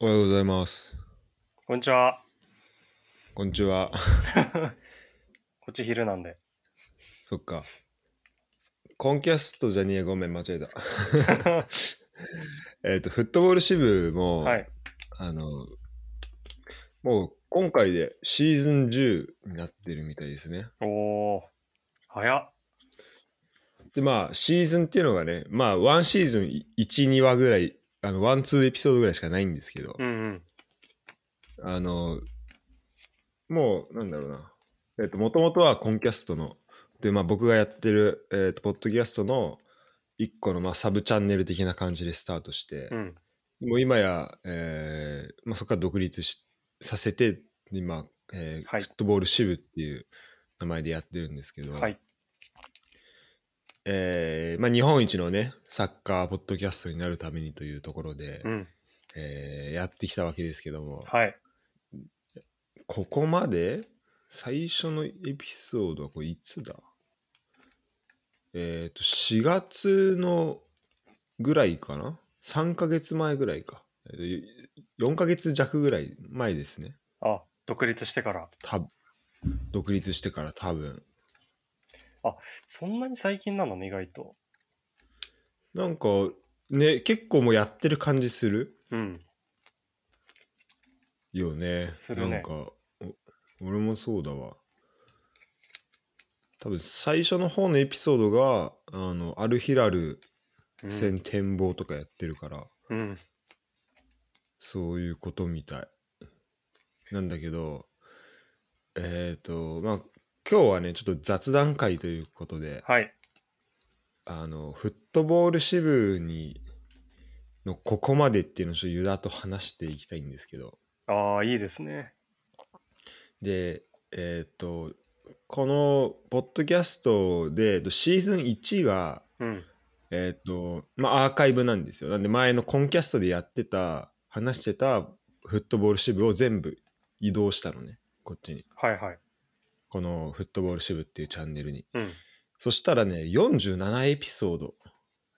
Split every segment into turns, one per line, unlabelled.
おはようございます。
こんにちは。
こんにちは。
こっち昼なんで。
そっか。コンキャストじゃねえ、ごめん、間違えた。 えっと、フットボール支部も、
はい。
あの、もう今回でシーズン10になってるみたいですね。
おお。早っ。
で、まあ、シーズンっていうのがね、まあ、ワンシーズン1、2話ぐらい、あの、ワン、ツーエピソードぐらいしかないんですけど
う、んうん。
あの、もう、なんだろうな。えっ、と、もともとはコンキャストの、で、まあ僕がやってる、えっ、と、ポッドキャストの一個の、まあサブチャンネル的な感じでスタートして
う、ん。
もう今や、えーまあそこから独立しさせて、今、えー
はい
フットボール支部っていう名前でやってるんですけど、
はい。
えーまあ日本一のね、サッカーポッドキャストになるためにというところで、
うん。
えーやってきたわけですけども、
はい。
ここまで最初のエピソードはこれいつだえっ、と4月のぐらいかな3ヶ月前ぐらいか、えーと4ヶ月弱ぐらい前ですね
あ、独立してから。
た独立してから多分
そんなに最近なのね、意外と。
なんかね結構もうやってる感じする
うん。
よね
するね
なんかお俺もそうだわ多分最初の方のエピソードがあのアルヒラル
う
戦
ん。
展望とかやってるから、
うん、
そういうことみたいなんだけどえっ、とまあ今日はねちょっと雑談会ということで
はい。
あのフットボール支部にのここまでっていうのをちょっとユダと話していきたいんですけど
ああ、いいですね。
でえっ、とこのポッドキャストでえっとシーズン1が
うん。
えっ、と、まあ、アーカイブなんですよ。なんで、前のコンキャストでやってた、話してたフットボール支部を全部移動したのね、こっちに。
はいはい。
このフットボール支部っていうチャンネルに。
うん。
そしたらね、47エピソード、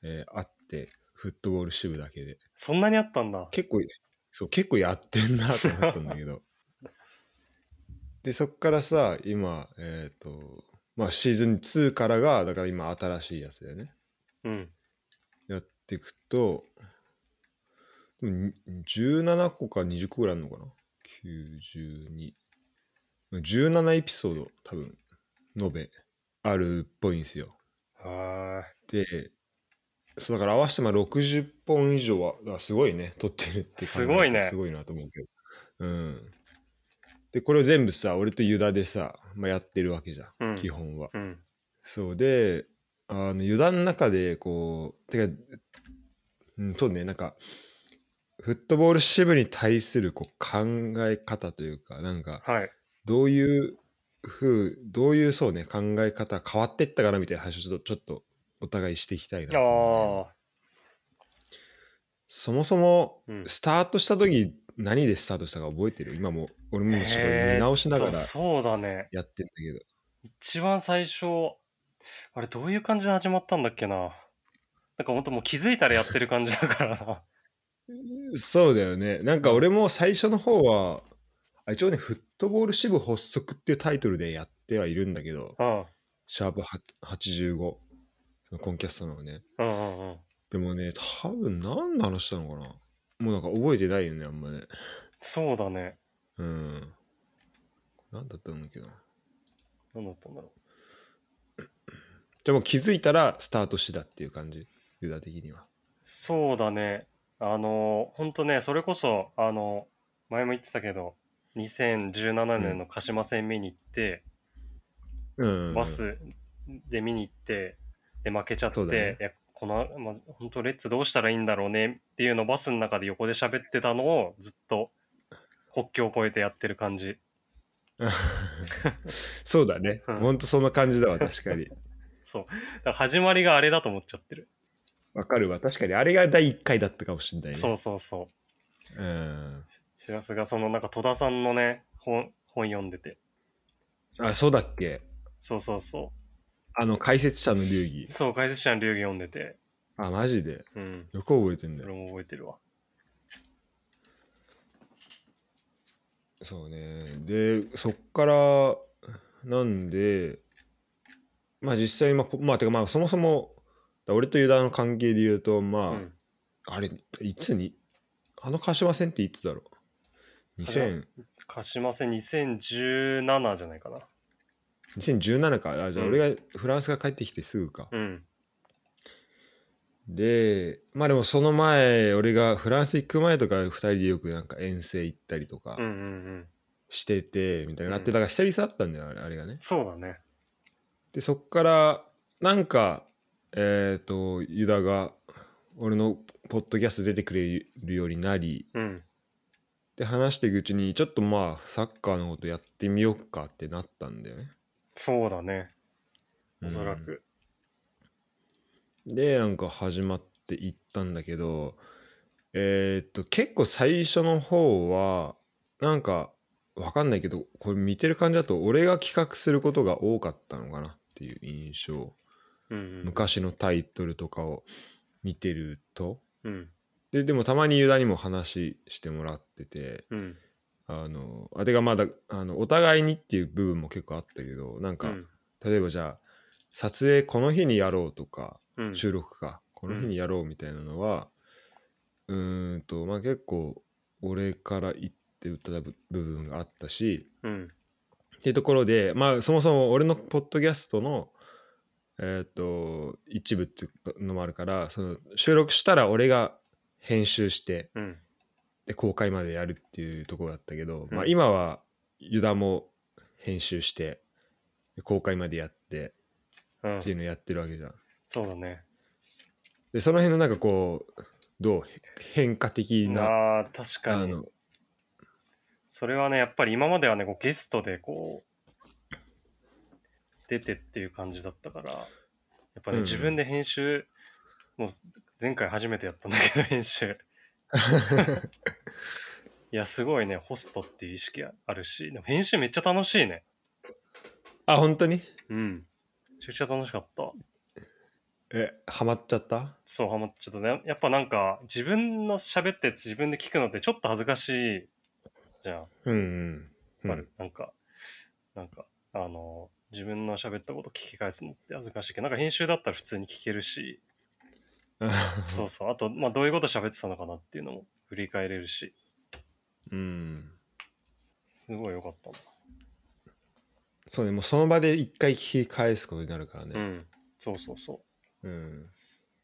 えーあって、フットボール支部だけで。
そんなにあったんだ。
結構、そう、結構やってんなと思ったんだけど。 で、そっからさ、今、えっ、と、まあ、シーズン2からが、だから今、新しいやつだよね。
うん。
やっていくと、でもに17個か20個ぐらいあるのかな ?92。17エピソード、多分、延べ、あるっぽいんですよ。
は
で、そうだから合わせてまあ60本以上は、だからすごいね、撮ってるって考えると
すごいね
すごいなと思うけど。うん。で、これを全部さ、俺とユダでさ、まあ、やってるわけじゃん、
うん
基本は。
ーい。うん。
そうであの油断の中でこうてかうんそうねなんかフットボール支部に対するこう考え方というかなんか
はい。
どういうふうどういうそうね考え方変わってったかなみたいな話をちょっとちょっとお互いしていきたいな
あ
と思うね
あ。
そもそも
うん。
スタートした時何でスタートしたか覚えてる今も俺もちょっと見直しなが
えー
ら
っとそうだね。
やってんだけど
一番最初、あれどういう感じで始まったんだっけな。なんかほんともう気づいたらやってる感じだからな。
そうだよね。なんか俺も最初の方は、あ一応ね、フットボール支部発足っていうタイトルでやってはいるんだけど、
うん。
シャープは85、そのコンキャストのね。
うんうんうん。
でもね、多分何の話したのかなもうなんか覚えてないよね、あんまね。
そうだね。
うん。何だったんだっけな。
何だったんだろ
じゃあもう気づいたらスタートしてたっていう感じ、ユダ的には。
う。そうだね。あの、ほんとね、それこそ、あの、前も言ってたけど、2017年の鹿島戦見に行って、
うん。
バスで見に行って、で、負けちゃって、
そうだね
いや、この、まあ、本当レッツどうしたらいいんだろうねっていうのをバスの中で横で喋ってたのをずっと国境を越えてやってる感じ。
そうだね。
うん
ほんとそんな感じだわ、確かに。
そう。だから始まりがあれだと思っちゃってる。
わかるわ。確かに、あれが第1回だったかもしれないね。
そうそうそう。
うん。
しらすがそのなんか戸田さんのね、本、本読んでて。
あ、そうだっけ
そうそうそう。
あの、解説者の流儀。
そう、解説者の流儀読んでて。
あ、マジで。
うん。
よく覚えてん
そ
だ
れ
よ。
も覚えてるわ。
そうね。で、そっから、なんで、まあ実際、まあ、こまあ、てかまあそもそも、俺とユダの関係で言うと、まあ、
うん。
あれ、いつに、あの鹿島戦っていつだろう2000
鹿島戦2017じゃないかな。
2017か。あじゃあ
うん
俺が、フランスが帰ってきてすぐか。
うん。
で、まあでもその前、俺がフランス行く前とか、2人でよくなんか遠征行ったりとか
うんうんうん。
してて、みたいなのがあって、
うん
だから久々だったんだよ、あれあれがね。
そうだね。
でそっからなんかえっ、とユダが俺のポッドキャスト出てくれるようになり
うん。
で話していくうちにちょっとまあサッカーのことやってみようかってなったんだよね。
そうだね。おそらく。
うん。でなんか始まっていったんだけどえっ、と結構最初の方はなんかわかんないけどこれ見てる感じだと俺が企画することが多かったのかなっていう印象。
うんうん。
昔のタイトルとかを見てると
うん。
ででもたまにユダにも話してもらってて
うん。
あのあてがまだあのお互いにっていう部分も結構あったけどなん
う
か、
ん。
例えばじゃあ撮影この日にやろうとか、
うん。
収録かこの日にやろうみたいなのはうーんとまあ結構俺から言って歌った部部分があったし、
うん。
っていうところでまあそもそも俺のポッドキャストのえーっ、と一部っていうのもあるからその収録したら俺が編集して
うん。
で公開までやるっていうところだったけど、
うん
まあ今はユダも編集してで公開までやって
うん
っていうのやってるわけじゃん。
そうだね。
でその辺のなんかこうどう変化的な
ああ、確か
あ
に
の。
それはね、やっぱり今まではね、こうゲストでこう、出てっていう感じだったから、やっぱね、
うん
自分で編集、もう前回初めてやったんだけど、 編集。いや、すごいね、ホストっていう意識あるし、でも編集めっちゃ楽しいね。
あ本当に
うん。めちゃくちゃ楽しかった。
えハマっちゃった
そう、ハマっちゃったね。やっぱなんか、自分の喋って自分で聞くのってちょっと恥ずかしいじゃん。
うんうんうん
わかる、なんか、なんか、あの、自分の喋ったこと聞き返すのって恥ずかしいけど、なんか編集だったら普通に聞ける し、そうそう、あと、まあ、どういうこと喋ってたのかなっていうのも振り返れるし、
うん
すごい良かったな。
そうね、もうその場で一回聞き返すことになるから
う
ね。
ん、そうそうそう。
うん。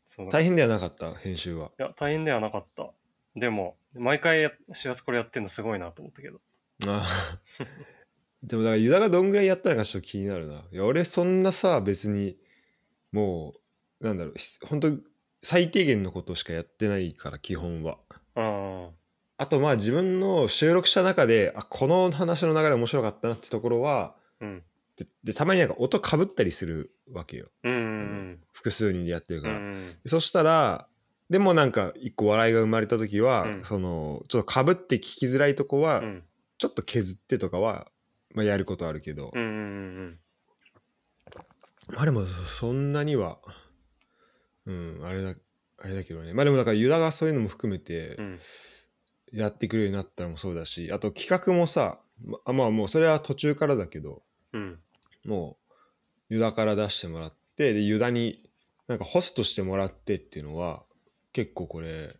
そうだい
大変ではなかった、編集は。
や、大変ではなかった。でも、毎回や、しらすこれやってんのすごいなと思ったけど。
あ あでもだから、ユダがどんぐらいやったのかちょっと気になるな。いや、俺そんなさ、別に、もう、なんだろう、ひ本当最低限のことしかやってないから、基本は。
うん、
あと、まあ自分の収録した中で、あ、この話の流れ面白かったなってところは、
うん、
で、でたまになんか音かぶったりするわけよ。
うん、うん、
複数人でやってる
う
から。
ん、
そしたら、でもなんか一個笑いが生まれた時は、
うん
そのちょっと被って聞きづらいとこは、
うん、
ちょっと削ってとかは、まあ、やることあるけど、
うん、うん、
まあでもそそんなにはうんあれだあれだけどねまあでもだからユダがそういうのも含めて
うん、
やってくれるようになったのもそうだしあと企画もさまあまあもうそれは途中からだけど
うん、
もうユダから出してもらってでユダになんかホストしてもらってっていうのは結構これ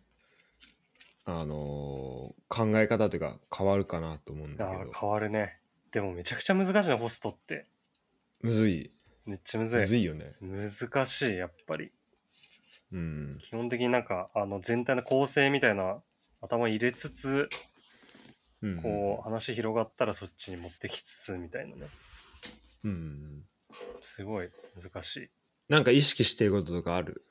あのー考え方というか変わるかなと思うんだ
あ
け
あ
ど、
変わるね。でもめちゃくちゃ難しいな、ホストって。
むずい
めっちゃむず
む
い
ず。いよね
難しいやっぱり
うん
基本的になんかあの全体の構成みたいな頭入れつつ
うん
こう話広がったらそっちに持ってきつつみたいなね
うん
すごい難し
なんか意識してることとかある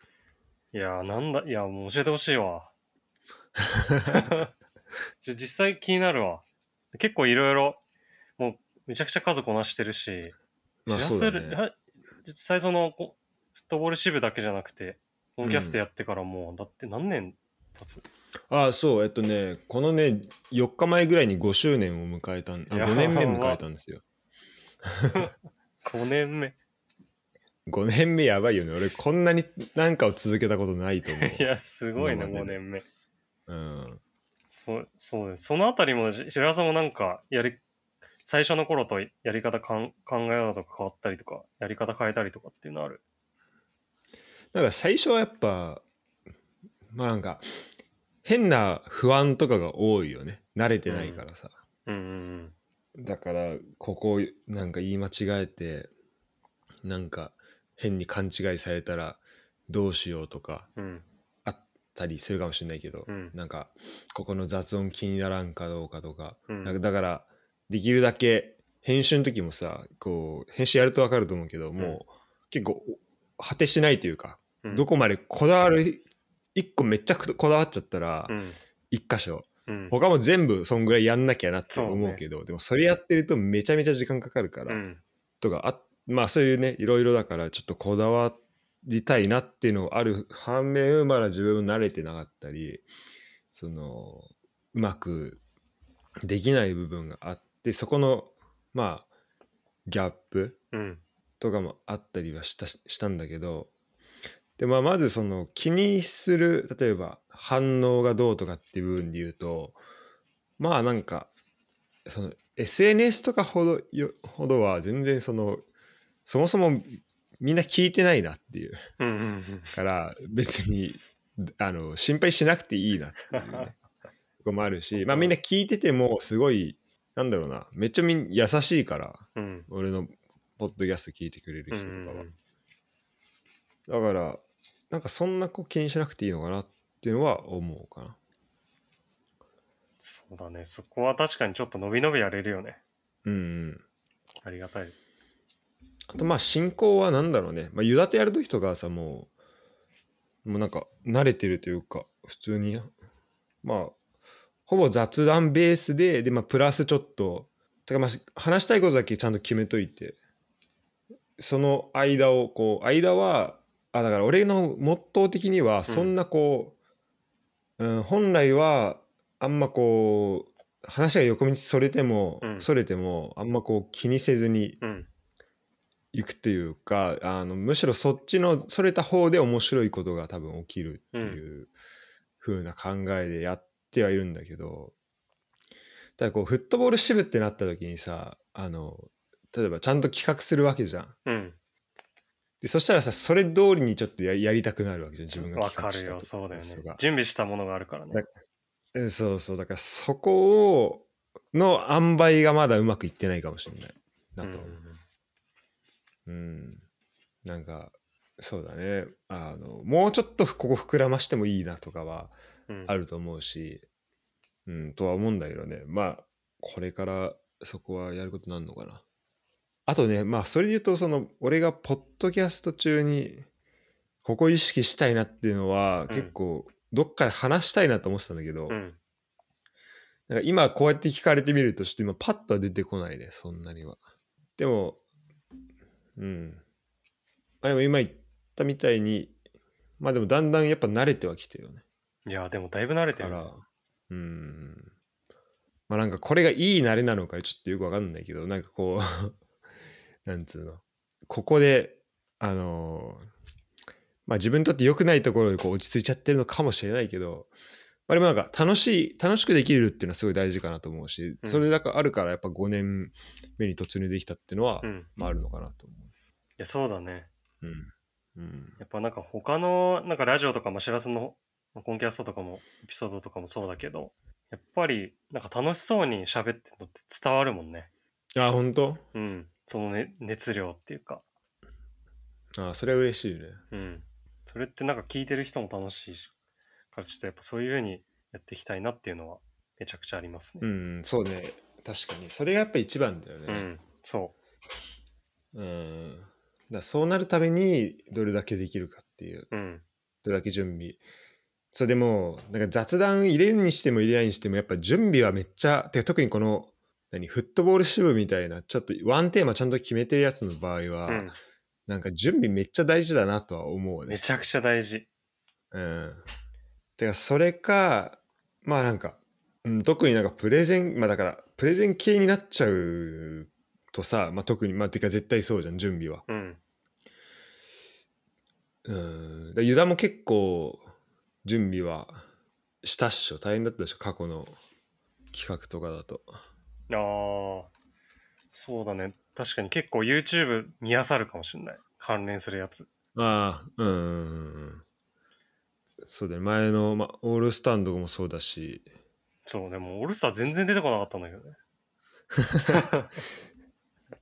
いいやーなんだいやもう教えてほしいわ ちょ実際気になるわ結構いろいろもうめちゃくちゃ数こなしてるし
まあ
知ら
そ
せ
うだ
る
ね
は実際そのこフットボール支部だけじゃなくてポッドキャストやってからもう、だって何年経つ
ああそうえっとねこのね4日前ぐらいに5周年を迎えたんあ
やば
5年目迎えたんですよ
5年目
5年目やばいよね俺こんなになんかを続けたことないと思う
いや、すごいね、
今まで
5
で
年目。
うん
そう、そうです。そのあたりも、し白井さんもなんか、やり、最初の頃とやり方かん考え方とか変わったりとか、やり方変えたりとかっていうのある。
だから最初はやっぱまあなんか変な不安とかが多いよね慣れてないからさ、
うんうん
だからここなんか言い間違えてなんか変に勘違いされたらどうしようとか
うん。うん。
あったりするかもしれないけど、
うん
なんかここの雑音気にならんかどうかとか,、
うん
なんかだからできるだけ編集の時もさこう編集やると分かると思うけどもう、
うん
結構果てしないというか
うん
どこまでこだわる一個めっちゃくこだわっちゃったら
うん。
一箇所
うん。
他も全部そんぐらいやんなきゃなって
そう
思う
ね
けどでもそれやってるとめちゃめちゃ時間かかるか
う
ら
ん。
とかあまあそういうねいろいろだからちょっとこだわりたいなっていうのがある反面まだ自分も慣れてなかったりそのうまくできない部分があってそこのまあギャップ
うん。
とかもあったりはしたしたんだけどで、まあ、まずその気にする例えば反応がどうとかっていう部分で言うとまあなんかその SNS とかほどよほどは全然そのそもそもみんな聞いてないなっていう
うん。うん。うん
から別にあの心配しなくていいなっていうねとこもあるし、まあ、みんな聞いててもすごいなんだろうなめっちゃみん優しいから
うん。
俺のポッドキャスト聞いてくれる
う
人とかは、
ん。
だからなんかそんなこう気にしなくていいのかなっていうのは思うかな
そうだね。そこは確かにちょっと伸び伸びやれるよね。
うん、うん、
ありがたい。
あとまあ進行は何だろうね、まあ、湯立てやる時とかはさもうもうなんか慣れてるというか普通にまあほぼ雑談ベースででまあプラスちょっとだからまあ話したいことだけちゃんと決めといてその間をこう間はあだから俺のモットー的にはそんなこう、うん本来はあんまこう話が横道それても、
うん
それてもあんまこう気にせずに
うん。
行くというかあのむしろそっちのそれた方で面白いことが多分起きるっていう風な考えでやってはいるんだけどただこうフットボール支部ってなった時にさあの例えばちゃんと企画するわけじゃん
うん。
でそしたらさそれ通りにちょっとややりたくなるわけじゃん自分が
わ
企画
かる
した
よ。そうだよね
やつとか。
準備したものがあるからね
だ。うんそうそうだからそこをの塩梅がまだうまくいってないかもしれないなと思う、うん、なんかそうだねあのもうちょっとここ膨らましてもいいなとかは
うんうんうん
あると思うし、うん、とは思うんだけどねまあこれからそこはやることなんのかなあとねまあそれで言うとその俺がポッドキャスト中にここ意識したいなっていうのは
うん
結構どっかで話したいなと思ってたんだけど、
うん。
なんか今こうやって聞かれてみるとちょっと今パッとは出てこないねそんなにはでもうんあでも今言ったみたいにまあでもだんだんやっぱ慣れてはきてるよね
いや、でもだいぶ慣れ
だ
て
か
る。
らうんまあなんかこれがいい慣れなのかちょっとよくわかんないけどなんかこう なんつうのここであのーまあ自分にとって良くないところでこう落ち着いちゃってるのかもしれないけどまあでもなんか楽しい楽しくできるっていうのはすごい大事かなと思うし、
うん
それだからあるからやっぱ5年目に突入できたっていうのは、
うん。い
まああるのかなと思
や、そうだね。
ううんうん
やっぱなんか他の、なんかラジオとかも知らずのコンキャストとかも、エピソードとかもそうだけど、やっぱりなんか楽しそうに喋ってるのって伝わるもんね。
あ本当
うん。その、ね、熱量っていうか。
あそれは嬉しいね
うん。それってなんか聞いてる人も楽しいし、からちょっとやっぱそういう風にやっていきたいなっていうのはめちゃくちゃあります
う
ね。
んそうね確かにそれがやっぱ一番だよね、
うん。そ
うんだからそうなるためにどれだけできるかっていう
う。うん。
どれだけ準備そうでもなんか雑談入れるにしても入れないにしてもやっぱ準備はめっちゃてか特にこの何フットボール支部みたいなちょっとワンテーマちゃんと決めてるやつの場合は、
うん。
なんか準備めっちゃ大事だなとは思う
め
ね。
ちゃくちゃ大事。
うん、てかそれかまあなんか、うん、特になんかプレゼンまあだからプレゼン系になっちゃうとさ、まあ、特にまあてか絶対そうじゃん準備は。
うん。
うんだからユダも結構準備はしたっしょ大変だったでしょ過去の企画とかだと
ああ、そうだね。確かに結構 YouTube 見漁るかもしれない。関連するやつ。
ああうんうんうんうんそうだね前の、ま、オールスタンドもそうだし
そう、でもオールスター全然出てこなかったんだけどね。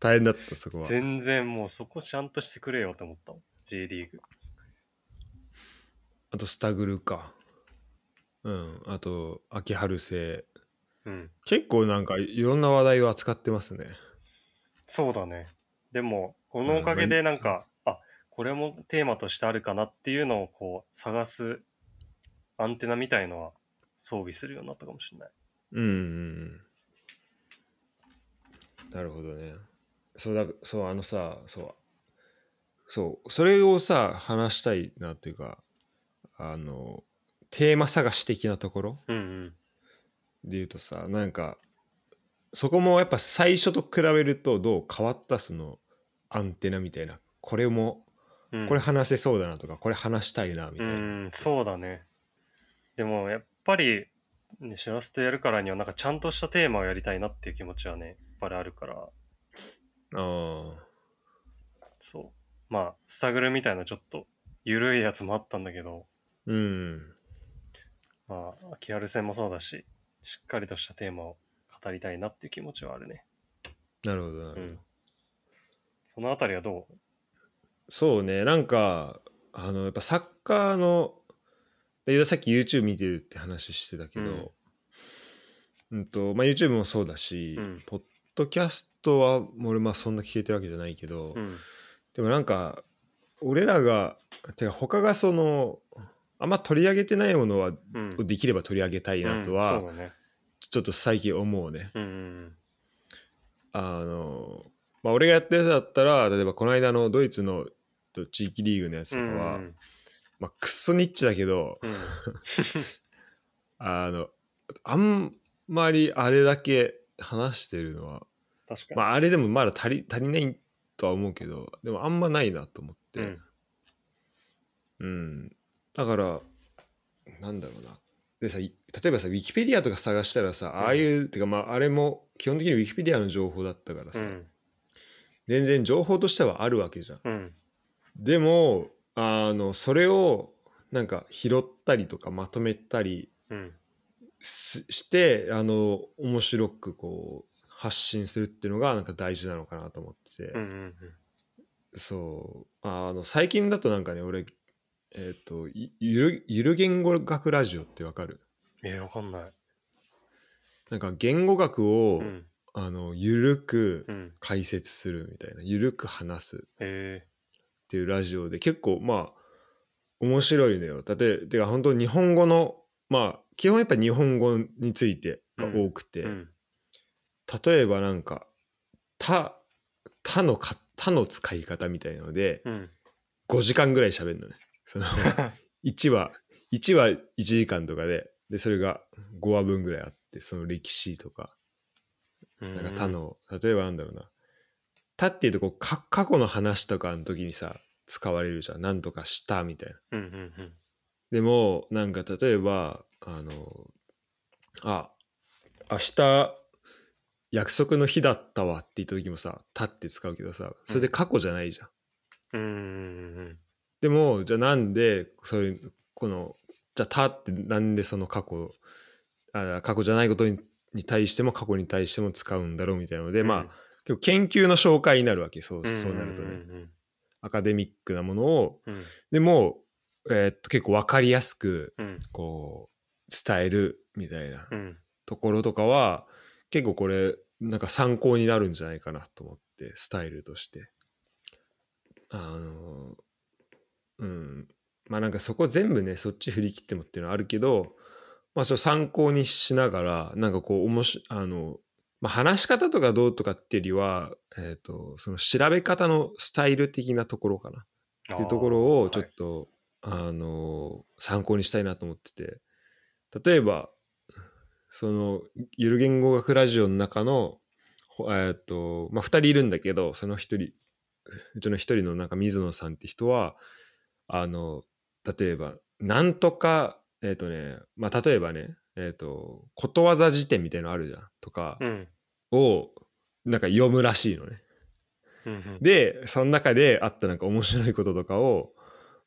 大変だったそこは
全然もうそこちゃんとしてくれよって思ったもん。J リーグ。
あとスタグルかうんあと秋春生
うん。
結構なんかいろんな話題を扱ってますね
そうだね。でも、このおかげでなんか、あ、これもテーマとしてあるかなっていうのをこう探すアンテナみたいのは装備するようになったかもしれない。
うんうんうんなるほどねそうだそうあのさそうそうそれをさ話したいなっていうかあのテーマ探し的なところ
うんうん。
で言うとさなんかそこもやっぱ最初と比べるとどう変わったそのアンテナみたいなこれも
うん、
これ話せそうだなとか、これ話したいなみた
う
いな、
んそうだねでもやっぱりね知らせてやるからにはなんかちゃんとしたテーマをやりたいなっていう気持ちはねやっぱりあるから
あ
そうまあスタグルみたいなちょっと緩いやつもあったんだけど
ーうん
まあ気軽戦もそうだししっかりとしたテーマを語りたいなっていう気持ちはあるね
なるほどなるほど、
うんそのあたりはどう
そうねなんかあのやっぱサッカーのでさっき YouTube 見てるって話してたけど、うんとまあ、YouTube もそうだし、
うん
ポッドキャストは俺まあそんな聞けてるわけじゃないけど、
うん
でもなんか俺らがてか他がそのあんま取り上げてないものは
うん
できれば取り上げたいなとは、
うんそうだね
ちょっと最近思うね。
うんうん
あのまあ、俺がやったやつだったら例えばこの間のドイツのと地域リーグのやつ
う
とか
ん
は、まあ、クソニッチだけど
うんうん
あのあんまりあれだけ話してるのは、
確かに、
まあ、あれでもまだ足り足りないとは思うけどでもあんまないなと思って、
うん
うん、だからなんだろうなでさい例えばさウィキペディアとか探したらさああいう、てかまああれも基本的にウィキペディアの情報だったから
う
さ、
ん
全然情報としてはあるわけじゃん
うん
でもあのそれをなんか拾ったりとかまとめたり
うん
すしてあの面白くこう発信するっていうのがなんか大事なのかなと思ってて、
うんうん
そうあの最近だとなんかね俺えっ、とゆゆるゆる言語学ラジオってわかる
えー、わかんない
なんか言語学を、
うん
あのゆるく
うん
解説するみたいなゆるく話す
え
っていうラジオで結構まあ面白いのよ。例えばてか本当日本語のまあ基本やっぱ日本語についてが多くて、
ーうん
例えばなんか「他」「他のか」「他の使い方みたいので
うん
5時間ぐらい喋るのね。 その1話1話1時間とかででそれが5話分ぐらいあってその歴史とかなんか他の、例えばなんだろうな「他」っていうとこうか過去の話とかの時にさ使われるじゃんなんとかしたみたいな。
うんうんうん
でもなんか例えばあのあ明日約束の日だったわって言った時もさ「た」って使うけどさそれで過去じゃないじゃん。
うんうんうんうん
でもじゃあなんでそういうこのじゃあ「た」ってなんでその過去あ過去じゃないことにに対しても過去に対しても使うんだろうみたいなので、
うん
まあ結構研究の紹介になるわけそう
うん
そうなると
う
ね
ん
アカデミックなものを
うん
でも、えーっと結構分かりやすく
うん
こう伝えるみたいな
うん
ところとかは結構これなんか参考になるんじゃないかなと思ってスタイルとしてあのうんまあなんかそこ全部ねそっち振り切ってもっていうのはあるけどまあちょっと参考にしながらなんかこうおもしあの、まあ、話し方とかどうとかっていうよりは、えっとその調べ方のスタイル的なところかなっていうところをちょっとあ、の参考にしたいなと思ってて例えばそのゆる言語学ラジオの中の、ほえーっとまあ、2人いるんだけどその1人うちの1人のなんか水野さんって人はあの例えば「なんとかえっ、とね、まあ、例えばね、えっ、と、ことわざ辞典みたいのあるじゃんとか
うん。
を、なんか読むらしいのね。
うんうん。
で、その中であったなんか面白いこととかを、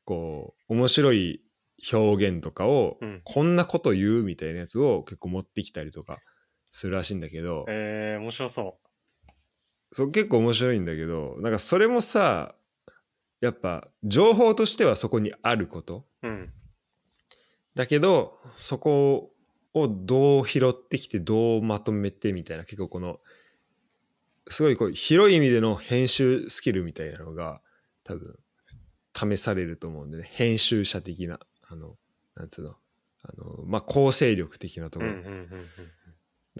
こう、面白い表現とかを、
うん
こんなこと言うみたいなやつを結構持ってきたりとかするらしいんだけど、
えー、面白そ
そう結構面白いんだけど、なんかそれもさ、やっぱ情報としてはそこにあること。
う。うん。
だけどそこをどう拾ってきてどうまとめてみたいな結構このすごいこう広い意味での編集スキルみたいなのが多分試されると思うんでね編集者的なあのなんつうのあのまあ構成力的なと
うん
こ
うん
ろ、
うんうん。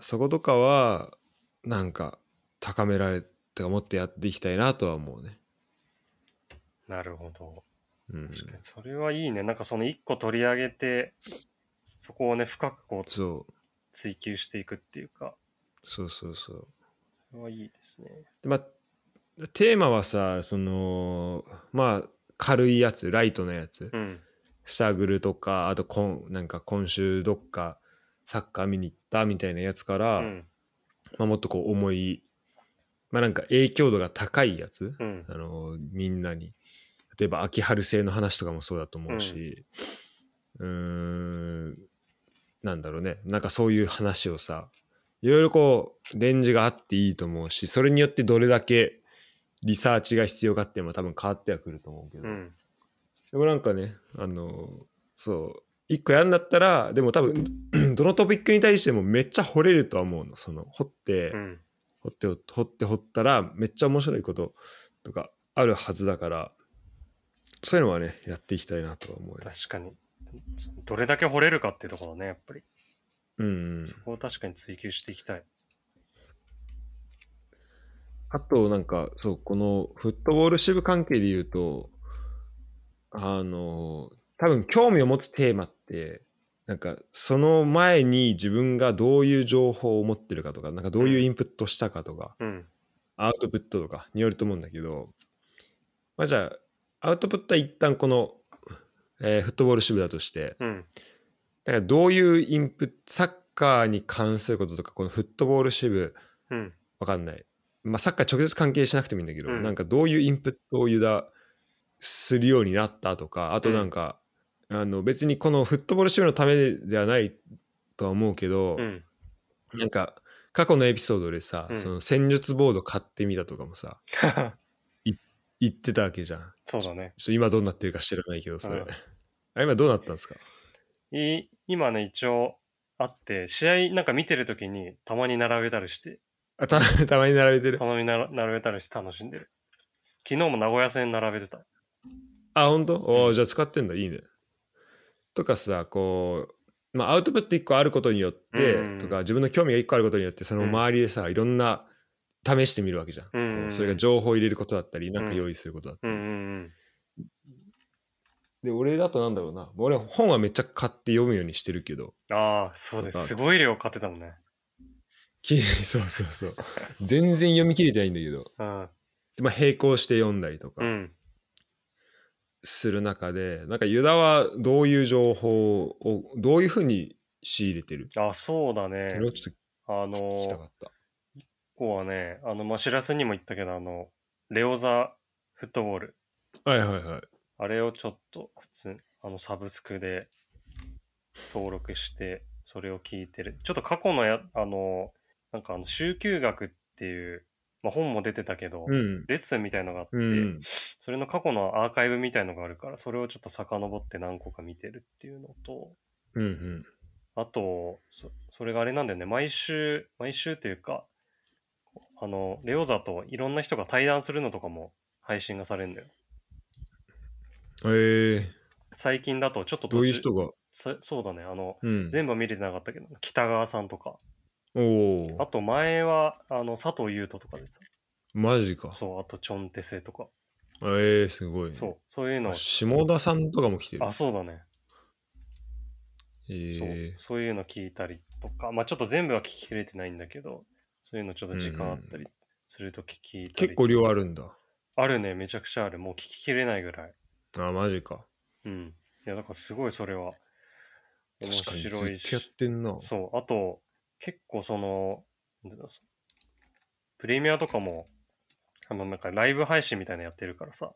そことかはなんか高められてもっとやっていきたいなとは思うね。
なるほど。
うん、
確かにそれはいいね。なんかその一個取り上げて、そこをね、深くこう
そう
追求していくっていうか、
そうそうそう。
それはいいですね。
でまあテーマはさそのまあ軽いやつライトなやつ
うん。
サーグルとかあとこんなんか今週どっかサッカー見に行ったみたいなやつから、
うん。
まあ、もっとこう重いまあなんか影響度が高いやつ、
うん。
あのみんなに例えば秋春製の話とかもそうだと思うしうーんなんだろうねなんかそういう話をさいろいろこうレンジがあっていいと思うしそれによってどれだけリサーチが必要かっていうのは多分変わってはくると思うけど、
うん。
でもなんかねあのそう一個やんだったらでも多分 どのトピックに対してもめっちゃ掘れるとは思うのその掘って、
うん。
掘って掘って掘って掘ったらめっちゃ面白いこととかあるはずだからそういうのはねやっていきたいなとは思うよ
確かに。どれだけ掘れるかっていうところね、やっぱり。
うんうん
そこを確かに追求していきたい。
あとなんかそうこのフットボール支部関係で言うとあの多分興味を持つテーマってなんかその前に自分がどういう情報を持ってるかとかなんかどういうインプットしたかとか
うん。
アウトプットとかによると思うんだけど、まあ、じゃあアウトプットは一旦この、えーフットボール支部だとして
うん。
だからどういうインプットサッカーに関することとかこのフットボール支部
うん。
わかんない、まあ、サッカー直接関係しなくてもいいんだけど、
うん
なんかどういうインプットをユダするようになったとかあとなんか、あの別にこのフットボール支部のためではないとは思うけど、
うん。
なんか過去のエピソードでさ、
うん
その戦術ボード買ってみたとかもさ言ってたわけじゃん
そうだね。
ちょっと今どうなってるか知らないけどそれ、
うん
あ今どうなったんですか
い今ね、一応あって、試合なんか見てるときにたまに並べたりして、
あた たまに並べてる
たまになら並べたりして楽しんでる。昨日も名古屋戦並べてた。
あ、本当？おー
うん
じゃあ使ってんだ、いいね。とかさ、こう、まあ、アウトプット1個あることによって、
うん
とか、自分の興味が1個あることによって、その周りでさ、いろんな試してみるわけじゃん。こ
うん
うそれが情報を入れることだったり、なんか用意することだった
う
り。
んうん
で、俺だとなんだろうな、俺本はめっちゃ買って読むようにしてるけど、
うん。ああ、そうです。すごい量買ってたもんね。
き そうそうそう、全然読み切れてないんだけど、
うん。
まあ、並行して読んだりと
う
か
ん。
する中で、なんかユダはどういう情報を、どういうふうに仕入れてる
あ、そうだね
そ。れをちょっ
あ
と聞きた
の
か、った。
ここはね、あの、まあ、知らせにも言ったけど、あの、レオザフットボール。
はいはいはい。
あれをちょっと、普通、あの、サブスクで登録して、それを聞いてる。ちょっと過去のや、あの、なんかあの、週休学っていう、まあ、本も出てたけど、
うん。
レッスンみたいのがあって、
うん、
それの過去のアーカイブみたいのがあるから、それをちょっと遡って何個か見てるっていうのと、
うんうん
あと、そそれがあれなんだよね、毎週、毎週というか、あの、レオザといろんな人が対談するのとかも配信がされるんだよ。
へえ
最近だとちょっと途中
どういう人が、
そそうだね、あの、
うん、
全部は見れてなかったけど、北川さんとか、
お
あ
お
と前は、あの、佐藤優斗とかでさ、
マジか
そう、あとチョンテセとか、
ええすごい、ね、
そう、そういうの
あ、下田さんとかも来てる
あ、そうだね、
え
そう
え
そういうの聞いたりとか、まあちょっと全部は聞ききれてないんだけど、そういうのちょっと時間あったりするとき聞いたり、
結構量あるんだ
あるね、めちゃくちゃある。もう聞ききれないぐらい。
あマジか
うん。いや、だからすごいそれは、面
確かにず
白い
っとや
し
っ。てんな。
そう、あと、結構その、なんだろうプレミアとかも、あの、なんかライブ配信みたいなのやってるからさ。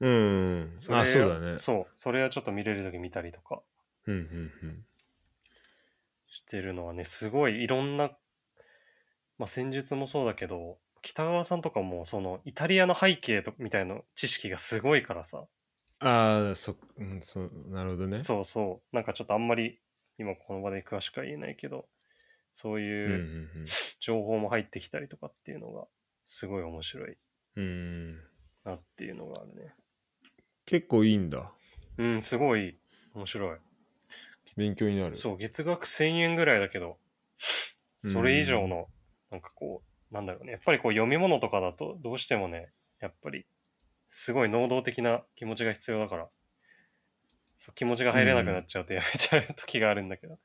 うん。
れ
あ、そうだね。
そう、それはちょっと見れるとき見たりとか
うんうんうん。
してるのはね、すごいいろんな、まあ、戦術もそうだけど、北川さんとかも、その、イタリアの背景とみたいな知識がすごいからさ。
ああ、そ、うん、そ、なるほどね。
そうそう、なんかちょっとあんまり、今この場で詳しくは言えないけど、そ
う
う
んう
い
ん
う情報も入ってきたりとかっていうのが、すごい面白い
うん。うん。
なっていうのがあるね。
結構いいんだ。
うん、すごい面白い。
勉強になる。
そう、月額1000円ぐらいだけど、
うん
それ以上の、なんかこう、なんだろうね。やっぱりこう読み物とかだと、どうしてもね、やっぱり、すごい能動的な気持ちが必要だから、そう気持ちが入れなくなっちゃうとやめちゃう時があるんだけど、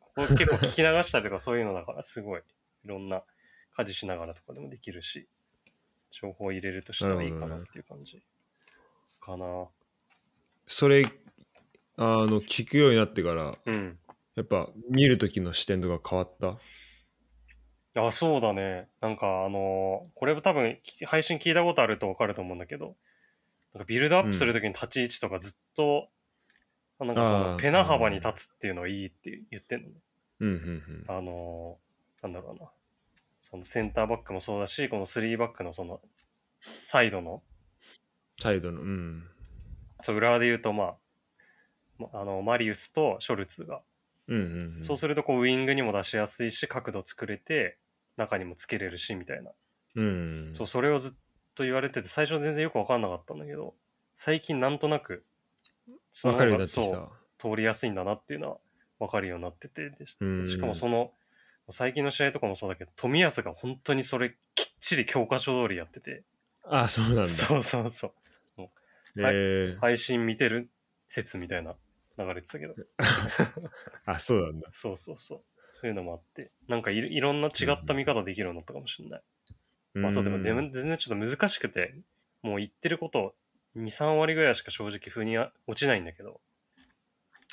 ここ結構聞き流したりとかそういうのだから、すごい、いろんな家事しながらとかでもできるし、情報を入れるとしたらいいかなっていう感じかな。
それ、あの、聞くようになってから、
うん。
やっぱ見るときの視点とか変わった
あ、そうだね。なんかあのーこれ多分き配信聞いたことあるとわかると思うんだけど、なんかビルドアップするときに立ち位置とかずっと、あなんかそ
あ
の
ー
ペナ幅に立つっていうのはいいって言ってんのね。
うんうん
あのーなんだろうな。そのセンターバックもそうだし、この3バックのそのサイドの、
サイドの、うん。
そう裏で言うとまあ、まあのマリウスとショルツが、
うんうんうん。
そうするとこうウイングにも出しやすいし、角度作れて、中にもつけれるしみたいな。
うん。
そう、それをずっと言われてて、最初全然よく分かんなかったんだけど、最近なんとなく、その
わか
方が
るようになってき
そ
た
う。通りやすいんだなっていうのは分かるようになってて、でし
うん
しかもその、最近の試合とかもそうだけど、冨安が本当にそれきっちり教科書通りやってて、
あ、そうなんだ。
そうそうそう、は
え
い
ー
配信見てる説みたいな流れてたけど、
あ、そうなんだ。
そうそうそう。そういうのもあって、なんかいろいろんな違った見方できるようになったかもしれない。まあそうでも、
ん
でも全然ちょっと難しくて、もう言ってること2、3割ぐらいしか正直腑には落ちないんだけど、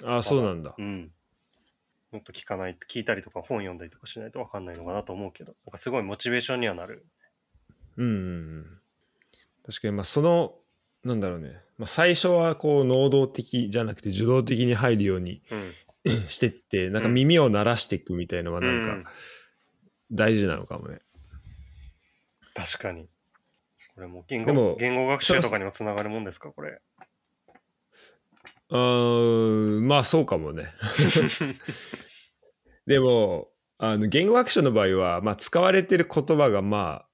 あ、そうなんだ
う。ん。もっと聞かない、聞いたりとか本読んだりとかしないと分かんないのかなと思うけど、なんかすごいモチベーションにはなる。
うんうんうん。確かに、まあ、その、なんだろうね。まあ、最初は、こう、能動的じゃなくて、受動的に入るように
うん。
してって、なんか耳を鳴らしていくみたいのは、なん
う
か、大事なのかもね。
確かに。これもう言
で
語
も
言語学習とかにもつながるもんですか、これ。
うーん、まあ、 そうかもね。 でも、あの、言語学習の場合は、まあ、使われてる言葉が、まあ、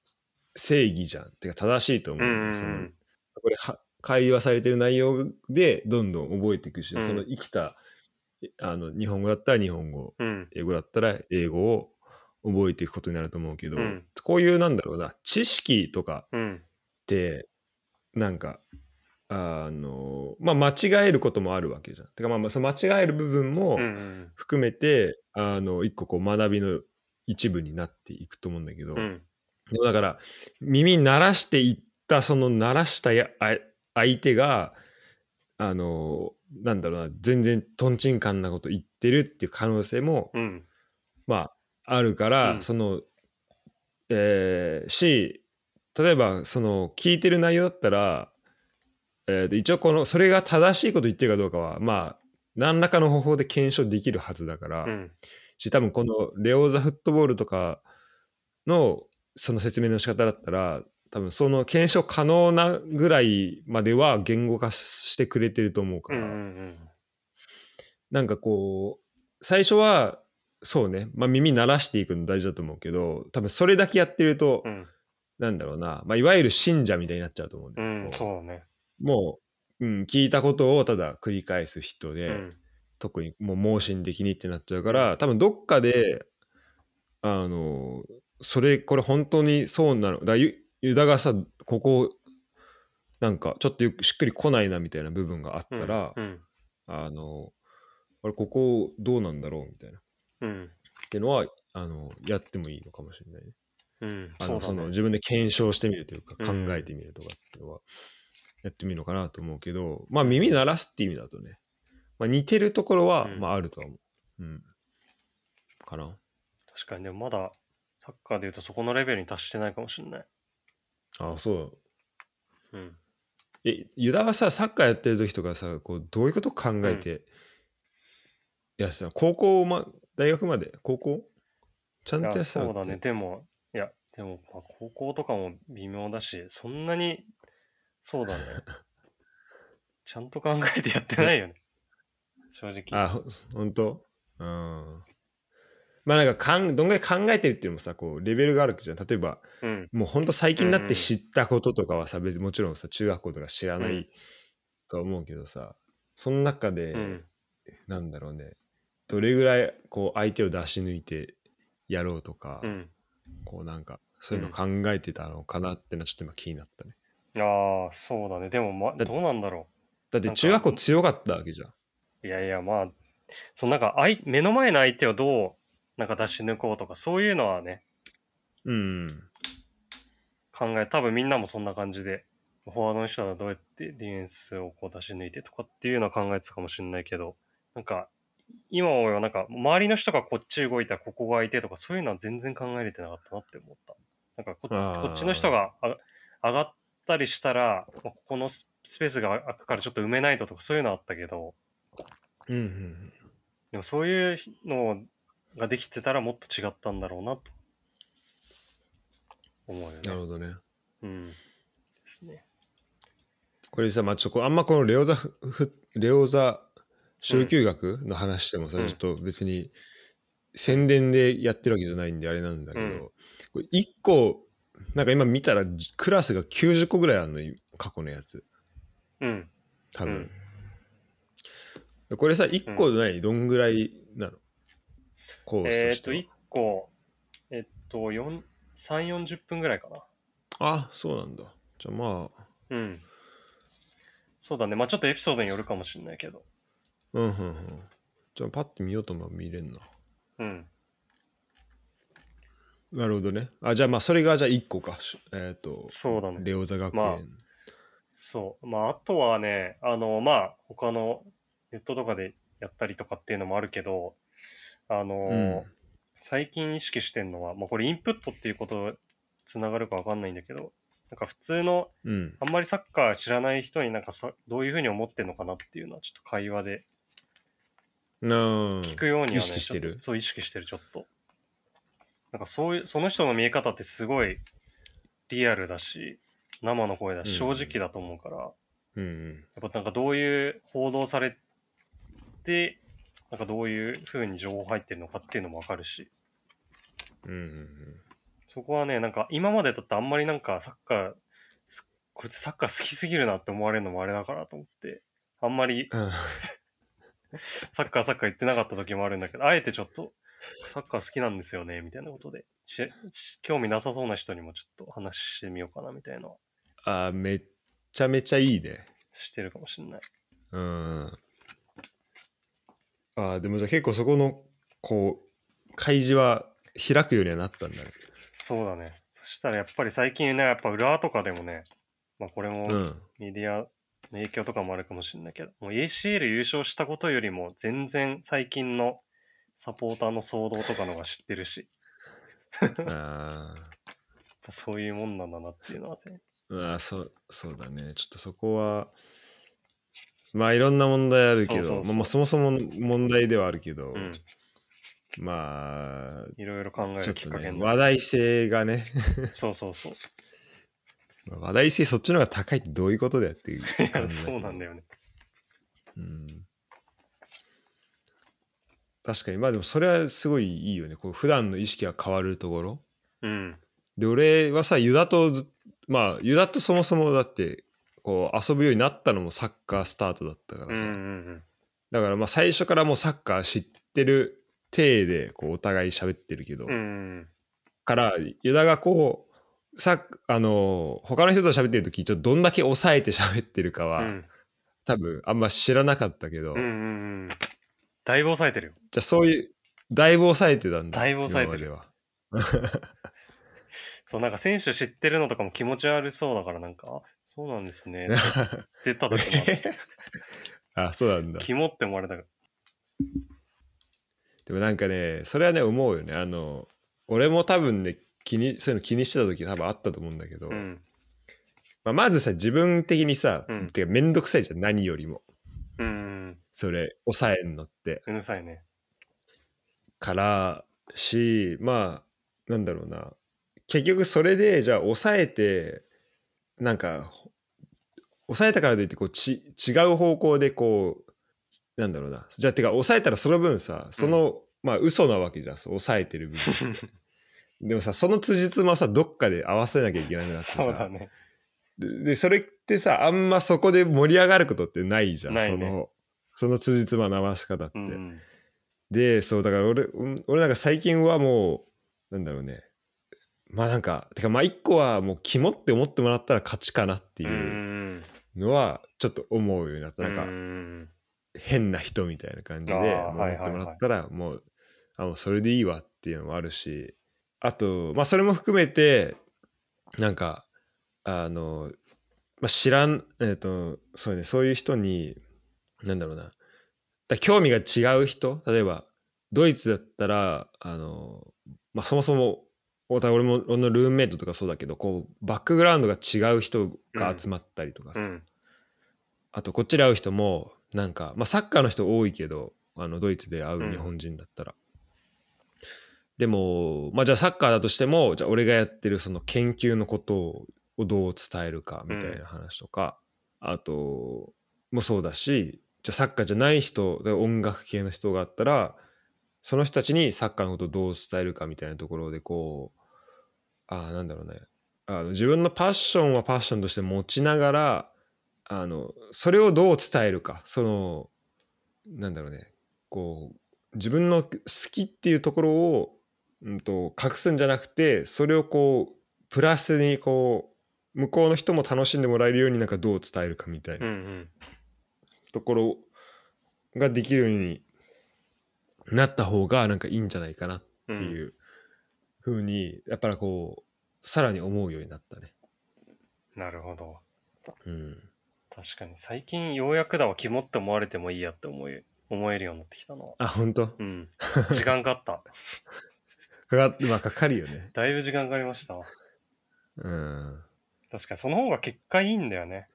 正義じゃん。てか、正しいと思
う
う。
んうんう
その
ん。
これは会話されてる内容でどんどん覚えていくし、
うん
その生きたえあの日本語だったら日本語
うん。
英語だったら英語を覚えていくことになると思うけど、
うん
こういうなんだろうな知識とか
うん。
ってなんかあのまあ間違えることもあるわけじゃん。てかまあまあその間違える部分も
うんうん
含めて、あの一個こう学びの一部になっていくと思うんだけど、
うん。うん。
でもだから耳鳴らしていったその鳴らしたやあ相手があのなんだろうな全然とんちんかんなこと言ってるっていう可能性も、
うん。
まああるから、
うん
そのえーし例えばその聞いてる内容だったら、えーと一応このそれが正しいこと言ってるかどうかはまあ何らかの方法で検証できるはずだから、
うん。
し多分このレオ・ザ・フットボールとかのその説明の仕方だったら多分その検証可能なぐらいまでは言語化してくれてると思うか
う
ら、
んうん
なんかこう最初はそうね、まあ、耳鳴らしていくの大事だと思うけど多分それだけやってると、
うん。うん
なんだろうな、まあ、いわゆる信者みたいになっちゃうと思うんだ
う
よ、
ん。そうだね。
もう、うん、聞いたことをただ繰り返す人
う
で、
ん。
特にもう盲信的にってなっちゃうから多分どっかであのそれこれ本当にそうなのだからゆユダがさここなんかちょっとよくしっくりこないなみたいな部分があったら、
うん。
あのあれここどうなんだろうみたいなっ
うん。
ていうのはあのやってもいいのかもしれないね
うん。
あ
そう
の
だ
その
ね。
自分で検証してみるというか
う
考
ん
えてみるとかっていうのはやってみるのかなと思うけど、まあ耳鳴らすって意味だとねまあ、似てるところは、
うん
まあ、あるとは思う。うん。かな。
確かに、でもまだサッカーで言うとそこのレベルに達してないかもしれない。
あそう。
うん。
え、ユダはさ、サッカーやってる時とかさ、こう、どういうこと考えて、いやさ、高校、ま、大学まで、高校ちゃ
い
ん
や
とやってた
そう
の
だ
って
ね。でも、いや、でも、まあ、高校とかも微妙だし、そんなに、そう だね。ちゃんと考えてやってないよね。正直。
あ、ほほんとうん。まあなんかかん、どんぐらい考えてるっていうのもさ、こう、レベルがあるわけじゃん。例えば、
うん。
もうほんと最近になっ
うんう
て
ん
知ったこととかはさ、別にもちろんさ、中学校とか知らな
うん
いとは思うけどさ、その中で、
うん。
なんだろうね、どれぐらいこう、相手を出し抜いてやろうとか、
うん。
こうなんか、そういうの考えてたのかなってのはちょっと今気になったね。
ああ、そうだね。でも、ま、
だ
どうなんだろ
だって中学校強かったわけじゃん。
う。いやいや、まあ、そのなんか、あい目の前の相手をどう、なんか出し抜こうとか、そういうのはね、
うん。
考え、多分みんなもそんな感じで、フォワードの人はどうやってディフェンスをこう出し抜いてとかっていうのは考えてたかもしれないけど、なんか、今思えばなんか、周りの人がこっち動いたらここが相手とか、そういうのは全然考えれてなかったなって思った。なんかこ、
あー
こっちの人があ上がったりしたら、まあここのススペースが空くからちょっと埋めないととか、そういうのあったけど、
うんうんうん。
でもそういうのができてたらもっと違ったんだろうなと思うよね。
なるほどね。
うん。ですね。
これさ、まあ、ちょこあんまこのレオザフフレオザ集休学の話でもさ、
うん
ちょっと別に宣伝でやってるわけじゃないんであれなんだけど、
うん
これ1個なんか今見たらクラスが90個ぐらいあるのい過去のやつ
うん。
多分、これさ1個ない、どんぐらいなのコース
え
と
ーっ
し
と、
ては
1個、えっと、4 3、40分ぐらいかな。
あそうなんだじゃあまあ
うん。そうだね。まあちょっとエピソードによるかもしれないけど。
うんうんうんじゃあパッて見ようとも見れんな
うん。
なるほどねあじゃあまあそれがじゃあ1個かしえっ、と
そうだね
レオザ学園、
まあそう。まああとはね、あの、まあ他のネットとかでやったりとかっていうのもあるけど、あの、
うん
最近意識してるのは、まあこれインプットっていうことつながるかわかんないんだけど、なんか普通の
うん。
あんまりサッカー知らない人になんかさどういうふうに思ってんのかなっていうのはちょっと会話で
なあ
聞くようにはね、
意識してる
ちょっとそう、意識してる、ちょっと。なんかそういう、その人の見え方ってすごいリアルだし、生の声だし、
う
正
ん
直だと思うから、や
うん
っぱなんかどういう報道されて、なんかどういうふうに情報入ってるのかっていうのもわかるし、
うん。うん
そこはね、なんか今までだってあんまりなんかサッカーす、こいつサッカー好きすぎるなって思われるのもあれだからと思って、あんま
う
り
ん。
サッカーサッカー言ってなかった時もあるんだけど、あえてちょっと、サッカー好きなんですよね、みたいなことで、しし興味なさそうな人にもちょっと話してみようかな、みたいなのは
あーめっちゃめちゃいいね。
してるかもしれない。
うん。あーでもじゃあ結構そこの、こう、開示は開くようにはなったんだね。
そうだね。そしたらやっぱり最近ね、やっぱ裏とかでもね、まあこれも
うん。
メディアの影響とかもあるかもしれないけど、もう ACL 優勝したことよりも全然最近のサポーターの騒動とかのが知ってるし、
あー
やっぱそういうもんなんだなっていうのはね。
うわーそう、そうだね。ちょっとそこは、まあいろんな問題あるけど、
そうそうそう
まあまあそもそもの問題ではあるけど、
うん。
まあ、
いろいろ考え
ちょ
る
っ
きっ
と
かけ
ね、
になる。
話題性がね、
そうそうそう。
話題性そっちの方が高いってどういうことだよっていう
い
感
や、
じだけ
そ
ど
うなんだよね。
うん確かにまあでもそれはすごいいいよねこう普段の意識が変わるところ
うん。
で俺はさユダとずまあユダとそもそもだってこう遊ぶようになったのもサッカースタートだったか
う
ら
んう
さ、
んうん。
だからまあ最初からもうサッカー知ってる体でこうお互い喋ってるけど、
うん
からユダがこうさあのー他の人と喋ってる時ちょっとどんだけ抑えて喋ってるか
う
は、
ん
多分あんま知らなかったけど、
うんうんうん。だいぶ抑えてるよ。
じゃあそういう、だいぶ抑えてたんだ。
だいぶ抑えてる
今までは。
そう、なんか選手知ってるのとか も気持ち悪そうだから、なんか、あそうなんですね。って言った時もあっ
あ、そうなんだ。
肝って思われたから。
でもなんかね、それはね、思うよね。あの、俺も多分ね、気に、そういうの気にしてた時多分あったと思うんだけど、
うん。
まあ、まずさ、自分的にさ、
うん
てかめんどくさいじゃん、何よりも。
うん。
それ、抑えんのって。
うるさいね。
からしまあなんだろうな結局それでじゃあ抑えてなんかほ抑えたからといってこうち違う方向でこうなんだろうなじゃあてか抑えたらその分さその、まあ嘘なわけじゃんそう抑えてる部 分でもさその辻褄をさどっかで合わせなきゃいけなくなってさ
そうだね。
ででそれってさあんまそこで盛り上がることってないじゃん、
ない
そ
ね
のその辻褄の合わし方って。
うん。
でそうだから俺うん俺なんか最近はもうなんだろうねまあなんかてかまあ一個はもう肝って思ってもらったら勝ちかなって
う。
いうんのはちょっと思うようになった、な
う
んか
ん。
変な人みたいな感じで
あ
もう
ー
思ってもらったらもうあもうそれでいいわっていうのもあるしあとまあそれも含めてなんかあの、まあ、知らんえっ、とそうねそういう人になんだろうなだから興味が違う人例えばドイツだったらあの、まあ、そもそもお互い俺も俺のルームメイトとかそうだけどこうバックグラウンドが違う人が集まったりとか
う
さ、
ん。
あとこっちで会う人もなんか、まあ、サッカーの人多いけどあのドイツで会う日本人だったら、でも、まあ、じゃあサッカーだとしてもじゃあ俺がやってるその研究のことををどう伝えるかみたいな話とか、あともそうだしじゃあサッカーじゃない人で音楽系の人があったらその人たちにサッカーのことをどう伝えるかみたいなところでこうああなんだろうねあの自分のパッションはパッションとして持ちながらあのそれをどう伝えるかそのなんだろうねこう自分の好きっていうところを、うん、と隠すんじゃなくてそれをこうプラスにこう向こうの人も楽しんでもらえるようになんかどう伝えるかみたいな
うん。うん。
ところができるようになった方がなんかいいんじゃないかなって
うん
いうふうに、やっぱりこうさらに思うようになったね。
なるほど。
うん、
確かに最近ようやくだわ肝って思われてもいいやって思え思えるようになってきたな
あ本当
うん時間かかった
かかってまあかかるよね。
だいぶ時間かかりましたわ
うん、
確かにその方が結果いいんだよね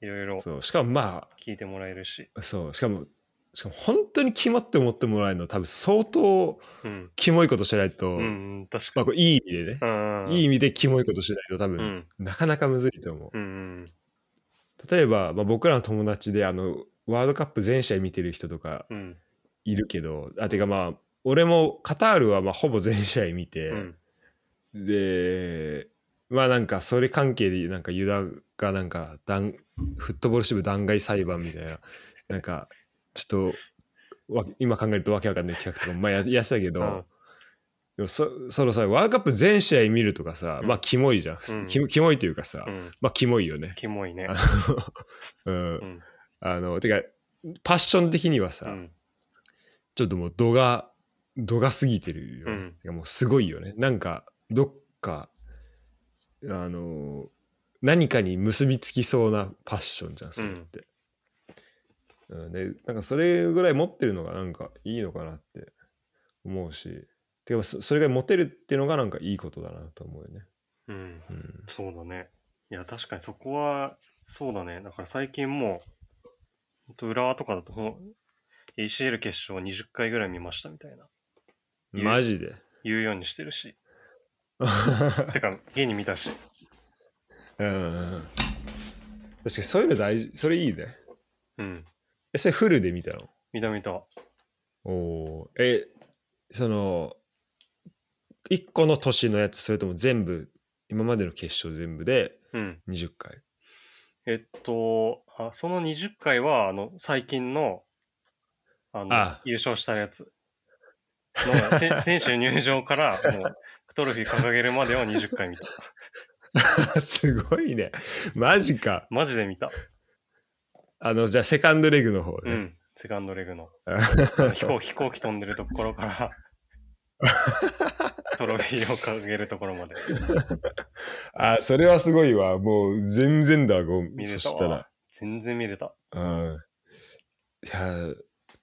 いろいろ
そうしかもま
聞いてもらえるし
あそうしかもしかも本当にキモって思ってもらえるの多分相当
うん
キモいことしないと、
うんうん確か
まあ、これいい意味でね、
にうんうん
いい意味でキモいことしないと多
う
分、
ん
なかなかむずいと思う。
うんうん
例えば、まあ、僕らの友達であのワールドカップ全試合見てる人とか
うん
いるけどあてかまあ俺もカタールはまあほぼ全試合見て、
うん
でまあなんかそれ関係でなんかユダがなんか弾フットボール支部弾劾裁判みたいななんかちょっとわ今考えるとわけわかんない企画とかもまあややってたけど、
うん
でもそそのさワールドカップ全試合見るとかさ、
うん
まあキモいじゃん、
うん
キモキモいというかさ、
うん
まあキモいよね。
キモいね
あうん
うん
あのてかパッション的にはさ、
うん
ちょっともう度が度が過ぎてるよ、ね
うん
てかもうすごいよねなんかどっかあの何かに結びつきそうなパッションじゃんそれって、うんでなんかそれぐらい持ってるのがなんかいいのかなって思うしてかそそれぐらい持てるっていうのがなんかいいことだなと思うよね
うん
うん
そうだねいや確かにそこはそうだねだから最近もうほんと浦和とかだとほん ACL 決勝20回ぐらい見ましたみたいなうん
マジで
言うようにしてるし。てか、家に見たし。
うんうんうん確かにそういうの大事それいいね
うん。
えそれフルで見たの
見た見た。
おおーえその1個の年のやつそれとも全部今までの決勝全部で
うん。
20回
えっと、あその20回は、あの、最近の、あの、
あ
優勝したやつのせ 選手入場から、もう、トロフィー掲げるまでは20回見た。
すごいねマジか
マジで見た。
あのじゃあセカンドレグの方
う
ね、
ん。セカンドレグの。
あ
あの飛行飛行機飛んでるところから、トロフィーを掲げるところまで。
あそれはすごいわもう全然だご
見れ
そ
た
したら
わ。全然見れた。
うんいやー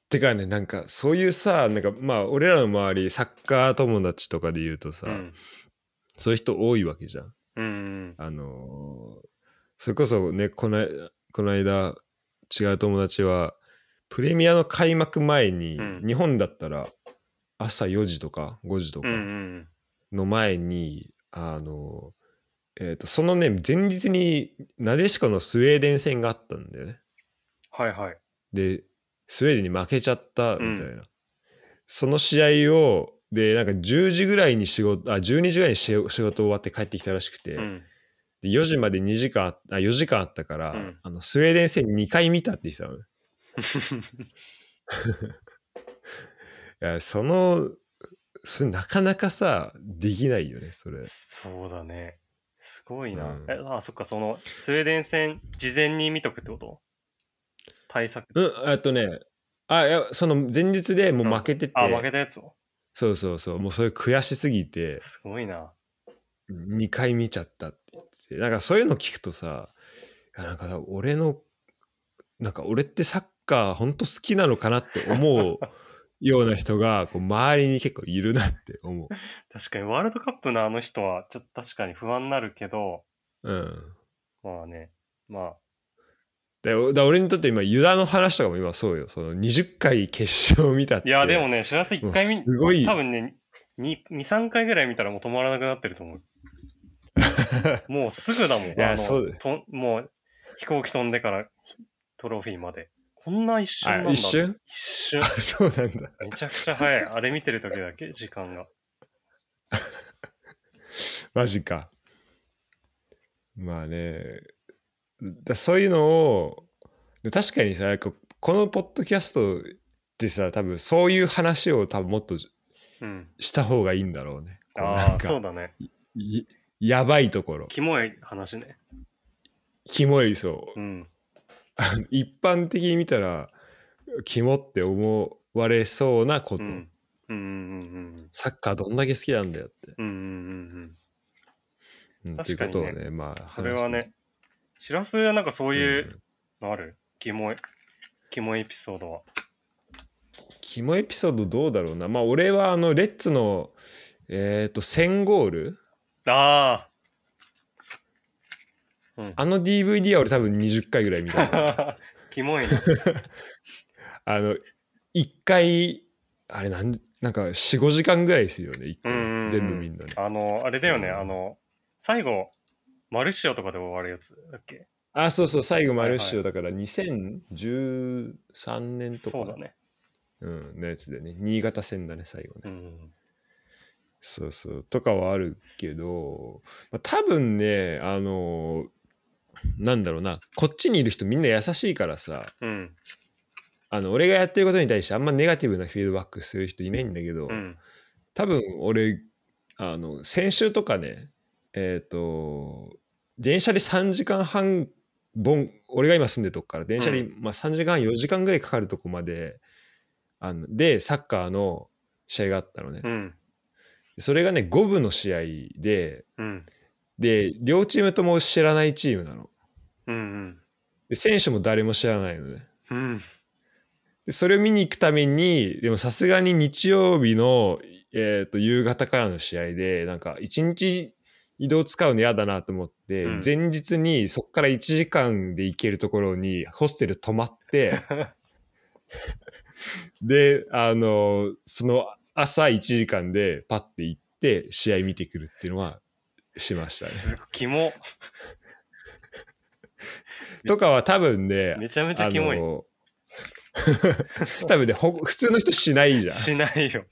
てかねなんかそういうさなんかまあ俺らの周りサッカー友達とかで言うとさ、
うん。
そういう人多いわけじゃん。
うんうん。
あのーそれこそねこのこの間違う友達はプレミアの開幕前に、
うん
日本だったら朝4時とか5時とか
うんうん。
の前に、あのーえー、とそのね前日になでしこのスウェーデン戦があったんだよね。
はいはい。
でスウェーデンに負けちゃったみたいな、その試合をでなんか10時ぐらいに仕事あ12時ぐらいに仕事仕事終わって帰ってきたらしくて、
うん。
で4時まで2時間あ4時間あったから、
うん
あのスウェーデン戦2回見たって言ってたの ねいやそのそれなかなかさできないよねそれ
そうだね。すごいな。
うん
えあそっか、その、スウェーデン戦、事前に見とくってこと対策。
うんあとねあいやその前日でもう負けてて、
あ、負けたやつを。
そうそうそうもうそれ悔しすぎて
すごいな。
2回見ちゃったって言っててなんかそういうの聞くとさいやなんか俺のなんか俺ってサッカーほんと好きなのかなって思うような人 がこう周りに結構いるなって思う。
確かに、ワールドカップのあの人は、ちょっと確かに不安になるけど、
うん、
まあね、まあ、
でおだ俺にとって今ユダの話とかも今そうよその20回決勝見たって
いや、でもね、幸せ1回見、
もうすごい
多分ね、2、3回ぐらい見たらもう止まらなくなってると思 う。もうすぐだもん。
や
あの
そうだよ
ともう飛行機飛んでからひトロフィーまで。こんな一瞬なん
あ
だ。
一瞬
一瞬
あそうなんだ
めちゃくちゃ早い。あれ見てる時だけ、時間が。
マジかまあねだそういうのをで確かにさここのポッドキャストでさ多分そういう話を多分もっと
うん。
した方がいいんだろうねこう
あ
なん
あ、
か
そうだね。
いやばいところ
キモい話ね。
キモいそう
うん。
一般的に見たらキモって思われそうなこ
う
と、
ん。うんうんうん
サッカーどんだけ好きなんだよって
うん。うんうん
うんってい
確
う
か
こ
にね
とをね、ま
う
あ、
ん。それはね、しらすはなんか
話
そう
して、
い
うん
うのある、キモい、キモいエピソードは。
キモエピソードどうだろうな。まあ、俺は、あの、レッツの、えっ、と、1000ゴール
ああ。うん。
あの DVD は俺多分20回ぐらい見た な。
キモいな。
あの、1回、あれなん、なんか、4、5時間ぐらいですよね、一
うんうんう
回。
ん
全部見んのね。
あの、あれだよね、
うん
あの、最後、マルシオとかで終わるやつだっけ
あ、そうそう、最後、マルッシ
は
ュだから、2013年とか、
そうだね。
うん、のやつでね、新潟戦だね、最後ね。
うん。
そうそうとかはあるけど、まあ、多分ねあのなんだろうなこっちにいる人みんな優しいからさ
うん。
あの俺がやってることに対してあんまネガティブなフィードバックする人いないんだけど、
うん。
多分俺あの先週とかねえっ、と電車で3時間半ボン俺が今住んでるとこから電車で、
う
まあ、3時間4時間ぐらいかかるとこまであのでサッカーの試合があったのね、
うん。
それがね5部の試合で
うん。
で両チームとも知らないチームなの
うん。
で選手も誰も知らないのね
うん。
でそれを見に行くためにでもさすがに日曜日の、えー、と夕方からの試合でなんか一日移動使うの嫌だなと思って、
うん
前日にそこから1時間で行けるところにホステル泊まって であのその朝1時間でパッて行って試合見てくるっていうのはしましたね。
すごいキモ。
とかは多分ね
めちゃめちゃキモい。
の 多分ねほ普通の人しないじゃん
しないよ。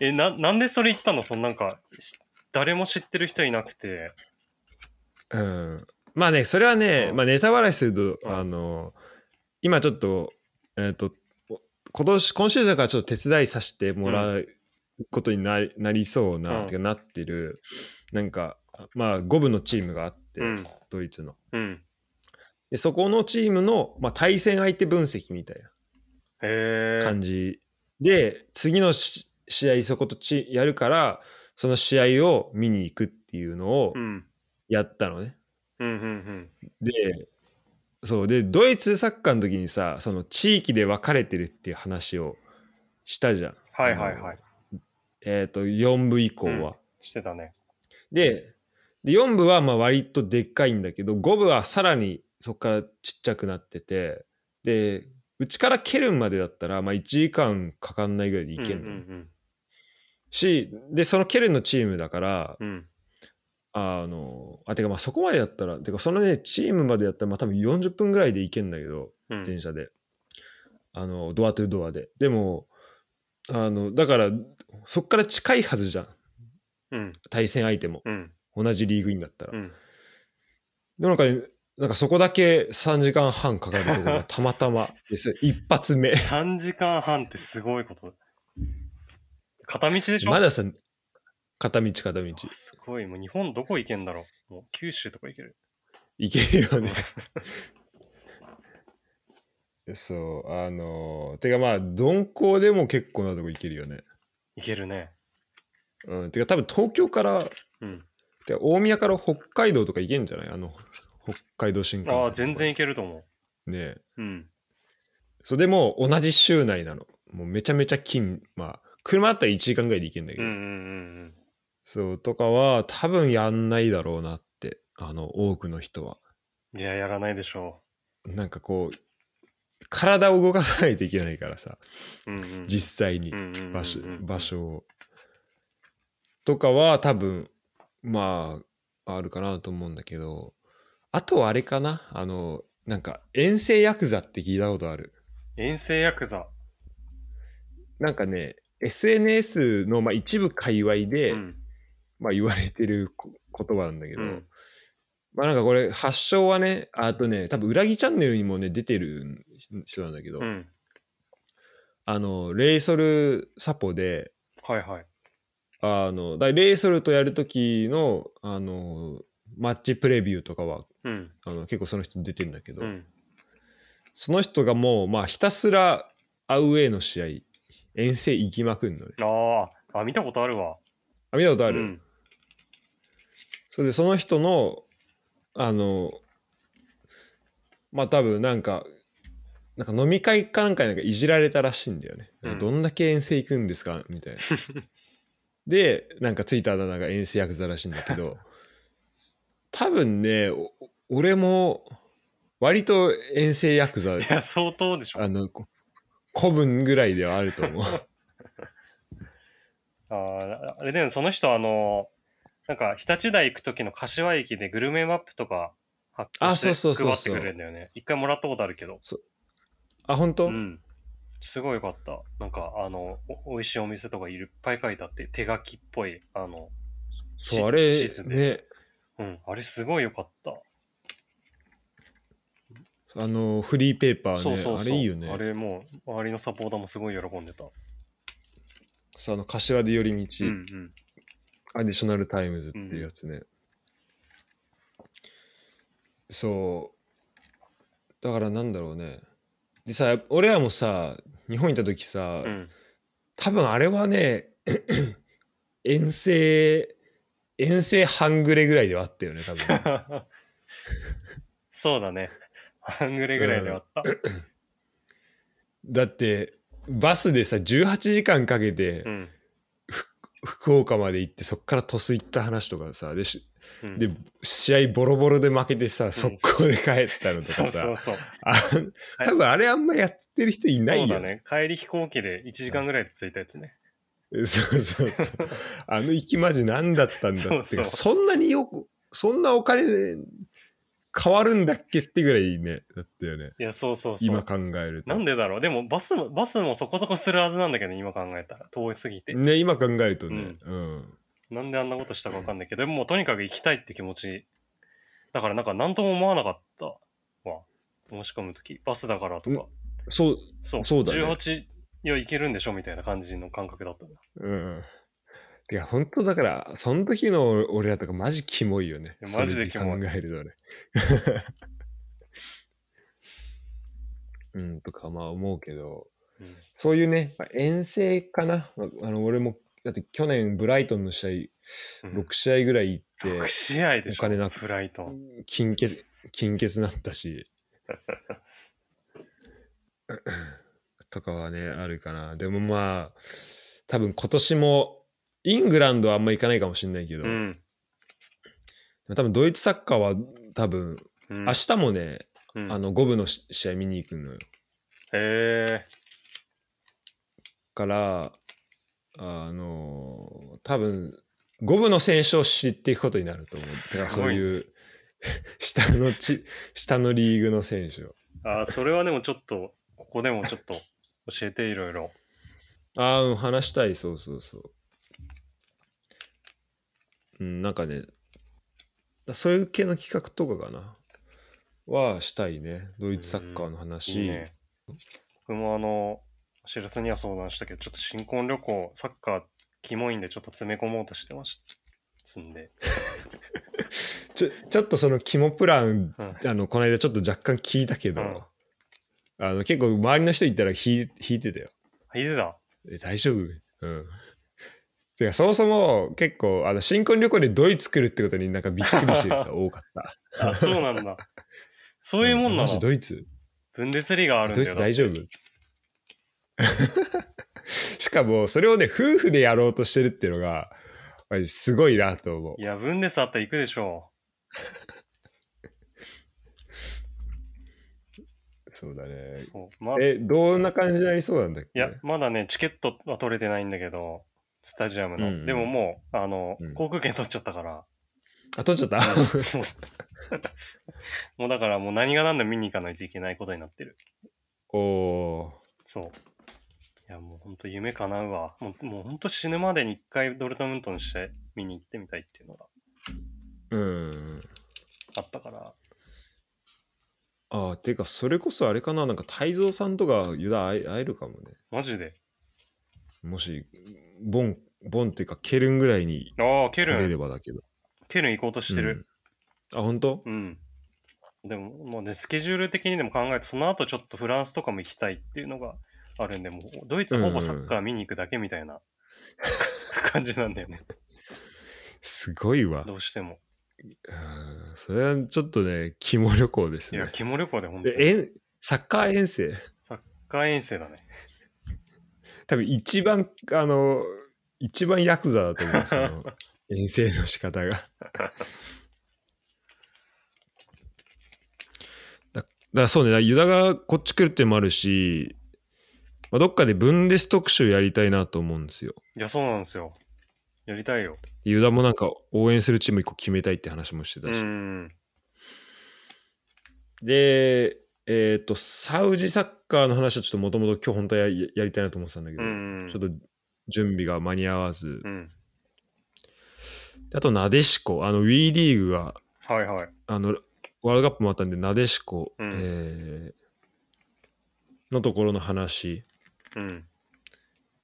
え、な、なんでそれ言ったのそのなんか、し誰も知ってる人いなくて。
うん、まあねそれはね、
うん
まあ、ネタバラシすると、
うん
あの今ちょっと,、えっとお今年今シーズンからちょっと手伝いさせてもらうことになり,、なりそうな、
うん
てかなってるなんかまあ5部のチームがあって、
うん。
ドイツの
うん。
でそこのチームの、まあ、対戦相手分析みたい
へ
な
え。
感じで次のし試合そことちやるからその試合を見に行くっていうのを
うん。
やったのね、
うん。うん。
でそうでドイツサッカーの時にさその地域で分かれてるっていう話をしたじゃん
はいはいは
あの
い。
えっ、と4部以降は、
うんしてたね。
でで4部はまあ割とでっかいんだけど5部はさらにそこからちっちゃくなっててでうちからケルンまでだったらまあ1時間かかんないぐらいで行ける
うん
の
う
ね、
ん
しでそのケルンのチームだから
うん。うん。
あのあてかまあそこまでだったらてかそのねチームまでだったらまあ多分40分ぐらいで行けるんだけど
うん
電車で、あのドアとドアででもあのだからそっから近いはずじゃん
うん
対戦相手も
うん
同じリーグインだったら、
うん。
でもなんかね、なんかそこだけ3時間半かかるところ がたまたまです。一発目。
3時間半ってすごいことだ。片道でしょ、
まださ、片道片道。
あすごい。もう日本どこ行けんだろう。もう九州とか行ける。
行けるよね。 そう、あのーてかまあ、鈍行でも結構なとこ行けるよね。
行けるね。
うん、てか多分東京から、
うん。
てか大宮から北海道とか行けんじゃないあの、北海道新幹線。
ああ、全然。行けると思
ねえ
う。うん。
そう、でも同じ州内なの。もうめちゃめちゃ近、まあ、車だったら1時間ぐらいで行けんだけ
う
ど。
んうんうんうん。
そうとかは多分やんないだろうなってあの多くの人はい
や、やらないでしょ
なんかこう体を動かさないといけないからさ
う。うんうん、
実際に
際
場所場所をとかは多分まああるかなと思うんだけどあとはあれかなあのなんか遠征ヤクザって聞いたことある
遠征ヤクザ。
なんかね SNS の、まあ、一部界隈で、
うん
まあ、言われてるこ言葉なんだけど、
うん
まあなんかこれ発祥はね、あとね、多分裏木チャンネルにもね、出てる人なんだけど、
うん。
あの、レイソルサポで、
はいはい。
あの、だレイソルとやるときの、あの、マッチプレビューとかは、
うん。
あの結構その人出てんだけど、
うん。
その人がもう、まあひたすらアウェイの試合、遠征行きまくんのね。
ああ、あ、見たことあるわ。
あ、見たことあ
あ
る、
うん。
それでその人のあのまあ多分なんかなんか飲み会かなんかになんかいじられたらしいんだよね、
うん
どんだけ遠征行くんですかみ たいなでなんかついたあだ名が遠征ヤクザらしいんだけど多分ねお俺も割と遠征ヤク ザ
いや、相当でしょ。
あのこ古文ぐらいではあると 思う
あーあれだよね、その人、あの、なんか、日立大行く時の柏駅でグルメマップとか発行して
あそうそうそう
配っ
そ
て
う
くれるんだよね。一回もらったことあるけど。
あ本当、
うん。すごいよかった。なんか、あの、お美味しいお店とかいっぱい書いてあって、手書きっぽい、あの、し
そうあれ
地図で
ね
うん、あれすごいよかった。
あのフリーペーパーね
そうそうそう。
あれいいよね
あれもう、周りのサポーターもすごい喜んでた。
そうあの柏で寄り
う
道、
んうん。
アディショナルタイムズっていうやつね、そうだからなんだろうねでさ俺らもさ日本行った時さ、
うん。
多分あれはね 遠征遠征半グレぐらいではあったよね多 分
そうだね。半グレぐらいで終わった。
だってバスでさ18時間かけて
うん。
福岡まで行ってそっから鳥栖行った話とかさでし
うん、
で試合ボロボロで負けてさ速攻で帰ったのと
そ
か
う
さ、
そうそう。
あ多分あれあんまやってる人いない
そうだ
よね。
ね。帰り飛行機で1時間ぐらいで着いたやつね。
そうそうそう。あの行きまじ何だったんだって
そう そう
そんなによく、そんなお金変わるんだっけってぐらいね、だったよね。
いや、そうそうそ
今
う。
考えると。
なんでだろう。でも、バスも、バスもそこそこするはずなんだけど、今考えたら。遠いすぎて。
ね、今考えるとね。うん。
なんであんなことしたかわかんないけど、でももうとにかく行きたいって気持ち。だからなんか何とも思わなかったわ。申し込むとき。バスだからとか。
そう、
そう。
そうだね
18、いや、行けるんでしょみたいな感じの感覚だったんだ。
うん。いや、本当だから、その時の俺らとかマジキモいよね
い。やマジでキモ
そ
い
れ考えるとね。 うん、とかまあ思うけど。
うん
そういうね、まあ遠征かな。まああの俺も、だって去年、ブライトンの試
うん
合、6試合ぐらい行って
6、試合でし
お
ょ
金なく
フライトン。
金欠、金欠なったし、とかはね、あるかな。でもまあ、多分今年も、イングランドはあんま行かないかもしれないけど、
うん。
多分ドイツサッカーは多分、
うん
明日もね、
うん
あの5部のし試合見に行くのよ。
へえ。
から、あのー多分五分の選手を知っていくことになると思う。だから
す
そ
ご
う
いね
いう下のち下のリーグの選手を。
あー、それはでもちょっと、ここでもちょっと教えていろいろ。
ああ、うん、話したい、そうそうそう。うん、なんかね、そういう系の企画とかかな。はしたいね。ドイツサッカーの話。
いいね。僕もあの、知らせには相談したけど、ちょっと新婚旅行、サッカー、キモいんで、ちょっと詰め込もうとしてました。んで。
ちょちょっとその肝プラン、
うん
あのこの間ちょっと若干聞いたけど、
うん
あの結構周りの人いたら引い引いてたよ
あ、いいだ。
え大丈夫うんてかそもそも結構あの新婚旅行でドイツ来るってことになんかびっくりしてる人多かった
あ、そ うなんだ。 そういうもんな
マジ
の
ドイツ
ブンデスリーがあるんだ
ドイ
よ
ツ
な。
大丈夫 しかもそれをね夫婦でやろうとしてるっていうのがマジすごいなと思う
いや、ブンデスあったら行くでしょ
そうだね
う。そう。ま、い
えどんな感じになりそうなんだっけ
や、まだね、チケットは取れてないんだけど、スタジアムの。
うんうん
でももう、あの、
うん
航空券取っちゃっ たから、
あ取っちゃった
もうだからもう何が何でも見に行かないといけないことになってる。
おおー
そう。いや、もう本当夢叶うわ。もうもう本当死ぬまでに一回ドルトムントの試合見に行ってみたいっていうのが
うん。
あったから。
ああ、てか、それこそあれかな、なんか、泰造さんとか、ユダ会え会えるかもね。
マジで。
もし、ボン、ボンっていうか、ケルンぐらいに
ああ、ケ
来れ
ル
れ
ン。
ばだけど。
ケルン行こうとしてる。
うん。あ、本当？
うん。でも、もうね、スケジュール的にでも考えて、その後ちょっとフランスとかも行きたいっていうのがあるんで、もうドイツほぼサッカー見に行くだけみたいな感じなんだよね。
すごいわ。
どうしても。
あーそれはちょっとね、肝旅行です
いや、
ね。
肝旅行で本当
で、
に。
えんサッカー遠征。
サッカー遠征だね。
多分、一番、あの、一番ヤクザだと思う、そ の、遠征の仕方が。だだからそうね、だからユダがこっち来るっていうのもあるし、まあ、どっかでブンデス特集やりたいなと思うんですよ。
いや、そうなんですよ。やりたいよ。
ユダもなんか応援するチーム一個決めたいって話もして
う
たし。
ん。
で、えっ、と、サウジサッカーの話はちょっともともと今日本当はややりたいなと思ってたんだけ
う
ど、
ん。
ちょっと準備が間に合わず
う。ん。
であと、なでしこ、あの、WE リーグが、
はいはい。
あの、ワールドカップもあったんで、なでしこ、
うん
えーのところの話。
うん。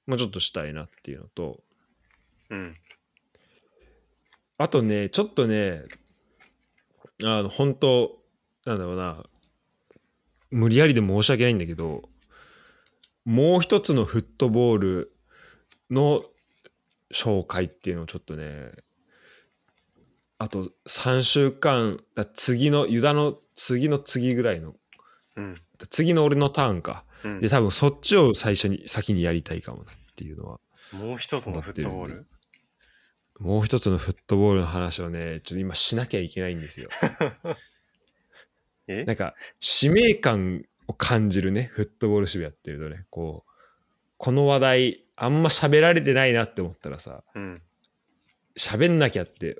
まあ、ちょっとしたいなっていうのと
うん。
あとねちょっとねあの本当なんだろうな無理やりで申し訳ないんだけどもう一つのフットボールの紹介っていうのをちょっとねあと3週間だ次のユダの次の次ぐらいの
うん。
次の俺のターンか
うん
で多分そっちを最初に先にやりたいかもなっていうのは
もう一つのフットボー
なっ
ル。
もう一つのフットボールの話をね、ちょっと今しなきゃいけないんです よ。
え
なんか、使命感を感じるね、フットボール守備やってるとね、こう、この話題、あんま喋られてないなって思ったらさ、
うん。
喋んなきゃって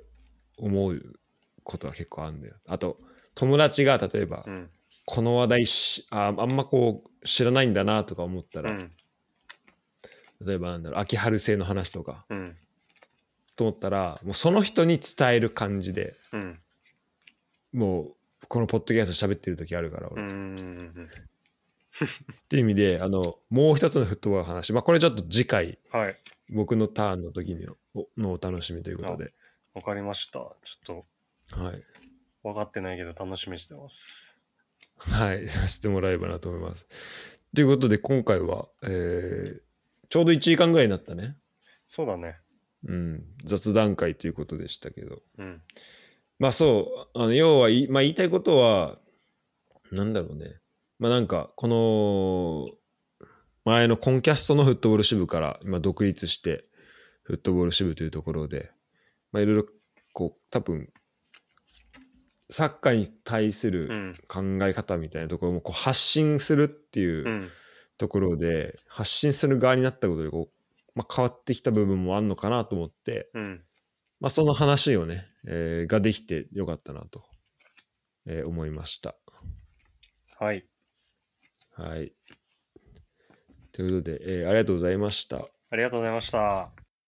思うことは結構あるんだよ。あと、友達が例えば、
うん。
この話題しあ、あんまこう、知らないんだなとか思った
う
ら、
ん。
例えばなんだろう、秋春生の話とか、
うん。
と思ったら、もうその人に伝える感じで、
うん。
もう、このポッドキャスト喋ってる時あるから、
う
俺。
ん。
っていう意味で、あの、もう一つのフットボールの話、まあ、これちょっと次回、
はい。
僕のターンの時にのおのお楽しみということで、
わかりました。ちょっ
はい。
と分かってないけど楽しみにしてます。
はい、 させてもらえればなと思います。ということで、今回は、えーちょうど1時間ぐらいになったね。
そうだね。
うん、雑談会ということでしたけど。
うん。
まあそう、あの要はいまあ、言いたいことは、なんだろうね。まあなんか、この、前のコンキャストのフットボール支部から今独立して、フットボール支部というところで、まあいろいろ、こう、多分、サッカーに対す
う
る
ん。。
考え方みたいなところもこう発信するっていううんところで、発信する側になったことでこう、まあ、変わってきた部分もあんのかなと思って、
うん。
まあ、その話をね、えーができてよかったなと、えー思いました。
はい。
はい。ということで、えーありがとうございました。
ありがとうございました。